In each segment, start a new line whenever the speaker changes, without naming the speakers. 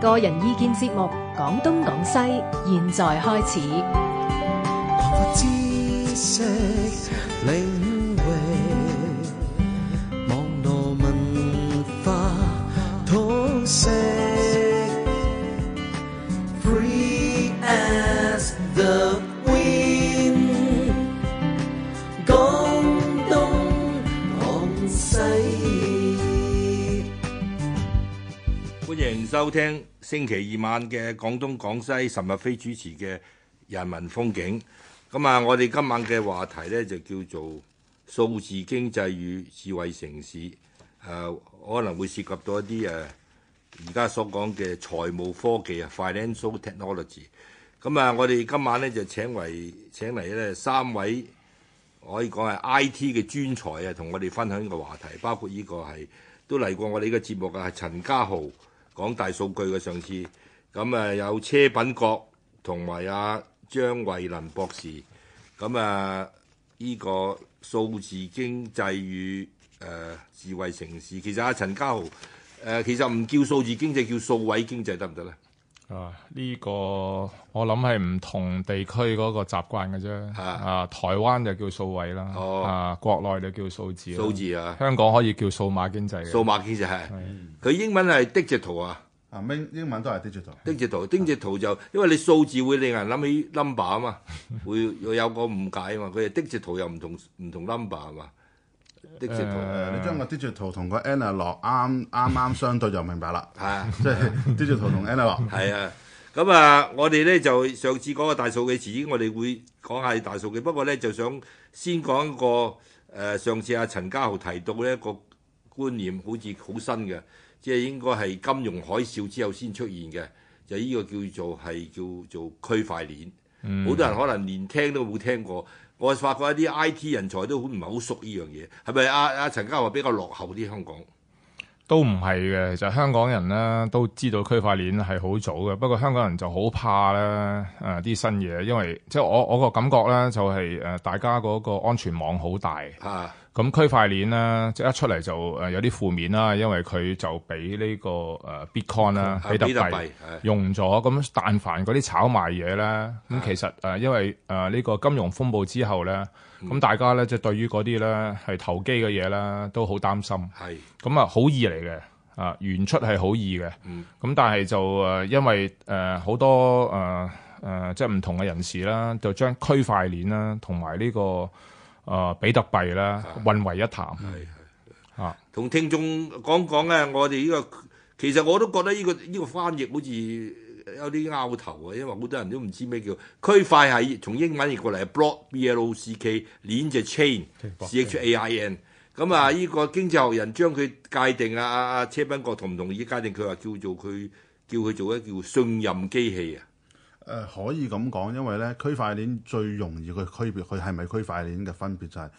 個人意見節目《講東講西》，現在開始。
擴闊知識領域，網絡文化通識，Free as the wind，講東講西。
歡迎收聽星期二晚嘅廣東廣西岑日飛主持嘅《人民風景》。咁啊，我哋今晚嘅話題呢，就叫做數字經濟與智慧城市。誒、可能會涉及到一啲誒呃而家所講嘅財務科技啊 （financial technology）。咁啊，我哋今晚呢，就請為請嚟呢三位可以講係 I T 嘅專才啊，同我哋分享呢個話題，包括呢個係都嚟過我哋呢個節目嘅係陳家豪講大數據嘅上次，咁啊有車品國同埋阿張慧能博士，咁啊呢個數字經濟與誒、呃智慧城市，其實阿、陳家豪誒、呃其實唔叫數字經濟，叫數位經濟得唔得咧？
啊！呢、個我諗係唔同地區嗰個習慣嘅啫。
啊
啊，台灣就叫數位啦，
哦
啊，國內就叫數字啦，
數字啊，
香港可以叫數碼經濟嘅。
數碼經濟係佢英文係 digital 啊。
啊，英英文都係 digital。
丁字圖，丁字圖就因為你數字會令人諗起 number 啊嘛，會會有個誤解啊嘛。佢係丁字圖又唔同唔同 number 啊嘛，丁字圖係
誒，你將個 digital 同個 analog 啱啱啱相對就明白啦，
啊
即係 digital 同 analog。
係啊。咁啊，我哋咧就上次講個大數據遲啲，我哋會講下大數據。不過咧就想先講一個誒、呃上次阿陳家豪提到呢一個觀念，好似好新嘅，即係應該係金融海嘯之後先出現嘅，就呢個叫做係叫做區塊鏈。
嗯
好多人可能連聽都冇聽過。我發覺一啲 I T 人才都好唔係好熟呢樣嘢，係咪啊阿阿陳家華比較落後啲香港？
都唔係嘅，其實香港人咧都知道區塊鏈係好早嘅，不過香港人就好怕咧誒啲新嘢，因為即係我我個感覺咧就係、誒、大家嗰個安全網好大。
啊，
咁區塊鏈咧，即係一出嚟就誒有啲負面啦，因為佢就俾呢、個誒 Bitcoin 啦，
啊
比特幣。
係
用咗咁，但凡嗰啲炒賣嘢咧，咁其實誒、呃因為誒呢、個金融風暴之後咧，咁、大家咧即係對於嗰啲咧係投機嘅嘢咧都好擔心，
係
咁啊好易嚟嘅，啊原出係好易嘅，咁、
嗯
但係就誒、呃因為誒好、多誒誒、呃呃即係唔同嘅人士啦，就將區塊鏈啦同埋呢個誒、呃比特幣啦混為一談，
係
啊
同聽眾講講咧，我哋呢、個其實我都覺得呢、個呢、個翻譯好似有啲拗頭啊，因為好多人都唔知咩叫區塊係從英文譯過嚟係 block b l o c k 鏈就 chain c h a i n。咁啊，呢個經濟學人將佢界定啊啊啊車斌國同唔同意界定？佢話叫做佢叫佢做一叫信任機器啊。
誒、呃可以咁講，因為咧區塊鏈最容易去區別佢係咪區塊鏈嘅分別就係、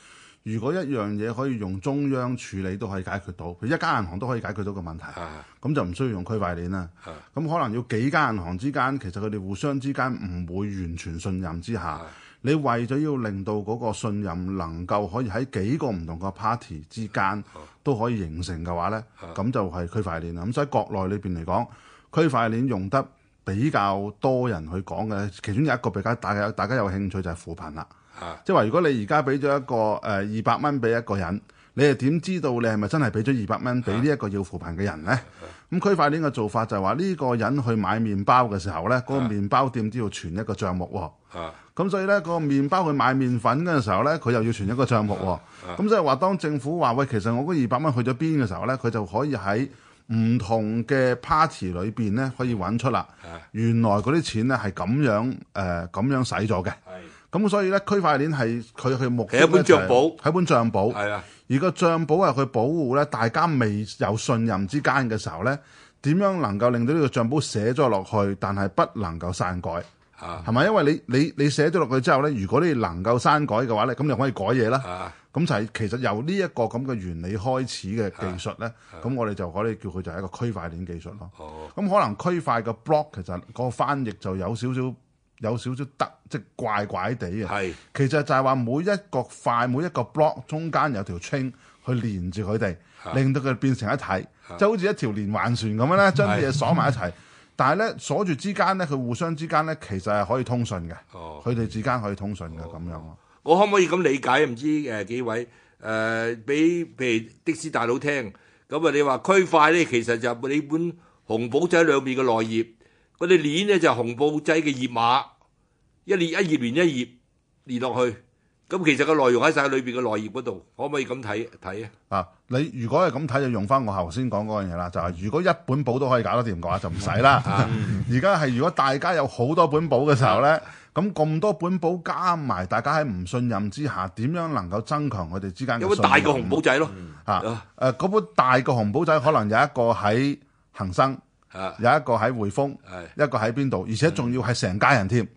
如果一樣嘢可以用中央處理都可以解決到，譬如一間銀行都可以解決到個問題，
啊
咁就唔需要用區塊鏈啦。咁、可能要幾間銀行之間，其實佢哋互相之間唔會完全信任之下，你為咗要令到嗰個信任能夠可以喺幾個唔同嘅 party 之間都可以形成嘅話呢，咁就係區塊鏈啦。咁所以國內裏邊嚟講，區塊鏈用得比較多人去講嘅，其中有一個比較大家大家有興趣就係扶貧啦。
啊
即係話，如果你而家俾咗一個誒二百蚊俾一個人，你係點知道你係咪真係俾咗二百蚊俾呢一個要扶貧嘅人呢？咁區塊鏈嘅做法就係話，呢個人去買麵包嘅時候呢，嗰、個麵包店都要存一個帳目喎、
啊！
咁所以咧，個麵包去買麵粉嘅時候咧，佢又要存一個帳目
啊
喎。咁所以話，當政府話喂，其實我嗰二百蚊去咗邊嘅時候咧，佢就可以喺唔同嘅 party 裏邊咧，可以揾出啦。
啊
原來嗰啲錢咧係咁樣誒呃咁、樣使咗嘅。咁所以咧，區塊鏈係佢嘅目的
係一本
呢就係
帳簿
係一本帳簿。
係啊，
而個帳簿係啊佢保護咧，大家未有信任之間嘅時候咧，點樣能夠令到呢個帳簿寫咗落去，但係不能夠篡改？
啊
係咪？因為你你你寫咗落去之後咧，如果你能夠刪改嘅話咧，咁你可以改嘢啦。
啊
咁就係其實由呢一個咁嘅原理開始嘅
啊
技術咧，咁我哋就可以叫佢就係一個區塊鏈技術咯。
哦
咁可能區塊嘅 block 其實個翻譯就有少少有少少得即係怪怪地啊嘅。
係
其實就係話每一個塊每一個 block 中間有條 chain 去連住佢哋，令到佢變成一體，就好似一條連環船咁樣咧，將啲嘢鎖埋一齊。但係咧鎖住之間咧，佢互相之間咧，其實係可以通訊嘅，
哦，
佢哋之間可以通訊嘅咁樣咯。
我可唔可以咁理解？唔知誒幾位誒俾譬如的士大佬聽，咁啊你話區塊咧，其實就係你本紅簿仔兩面嘅內頁，嗰啲鏈咧就係紅簿仔嘅頁碼，一列一頁連一頁連落去，咁其實個內容喺晒裏邊嘅內頁嗰度，可唔可以咁睇睇啊？
啊！你如果係咁睇，就用翻我頭先講嗰樣嘢啦，就
嗯
係、如果一本簿都可以搞得掂嘅話，就唔使 啦。啊而家係如果大家有好多本簿嘅時候
啊
呢，咁咁多本簿加埋，大家喺唔信任之下，點樣能夠增強佢哋之間嘅
有
信
本
任？
大個紅簿仔咯，
啊！誒、
啊
嗰本大個紅簿仔可能有一個喺恒生，
啊
有一個喺匯豐，
係
一個喺邊度，而且仲要係成家人添。
啊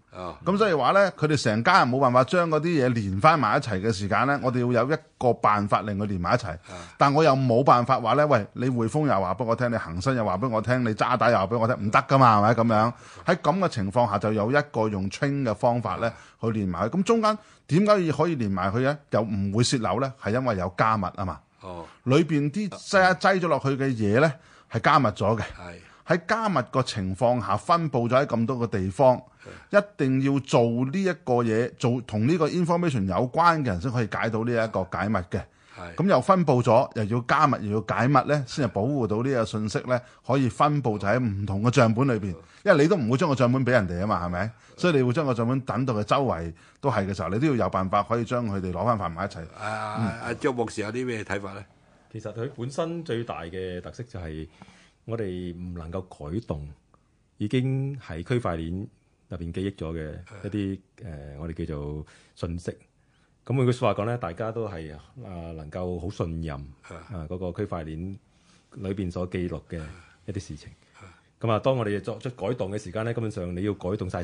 咁所以話呢，佢哋成家人冇辦法將嗰啲嘢連翻埋一齊嘅時間呢，我哋要有一個辦法令佢連埋一齊。但我又冇辦法話呢，喂，你匯豐又話俾我聽，你恒生又話俾我聽，你渣打又話俾我聽，唔得噶嘛，係咪咁樣？喺咁嘅情況下，就有一個用 train 嘅方法呢去連埋佢。咁中間點解要可以連埋佢呢？又唔會泄漏呢？係因為有加密啊嘛。
哦
裏邊啲擠擠咗落去嘅嘢呢，係加密咗嘅。
係
喺加密個情況下，分佈咗喺咁多個地方，一定要做呢一個嘢，做同呢個 information 有關嘅人先可以解到呢一個解密嘅。
係
咁又分佈咗，又要加密，又要解密呢，先係保護到呢個信息呢，可以分佈就喺唔同嘅帳本裏邊。因為你都唔會將個帳本俾人哋啊嘛，係咪？所以你會將個帳本等到佢周圍都係嘅時候，你都要有辦法可以將佢哋攞翻翻埋一齊。
啊阿張博士有啲咩睇法咧？
其實佢本身最大嘅特色就係我哋唔能夠改動已經係區塊鏈入邊記憶咗嘅一啲誒、呃我哋叫做信息。咁換句説話講咧，大家都係啊、能夠好信任啊嗰、個區塊鏈裏邊所記錄嘅一啲事情。咁啊，當我哋作出改動嘅時間咧，根本上你要改動晒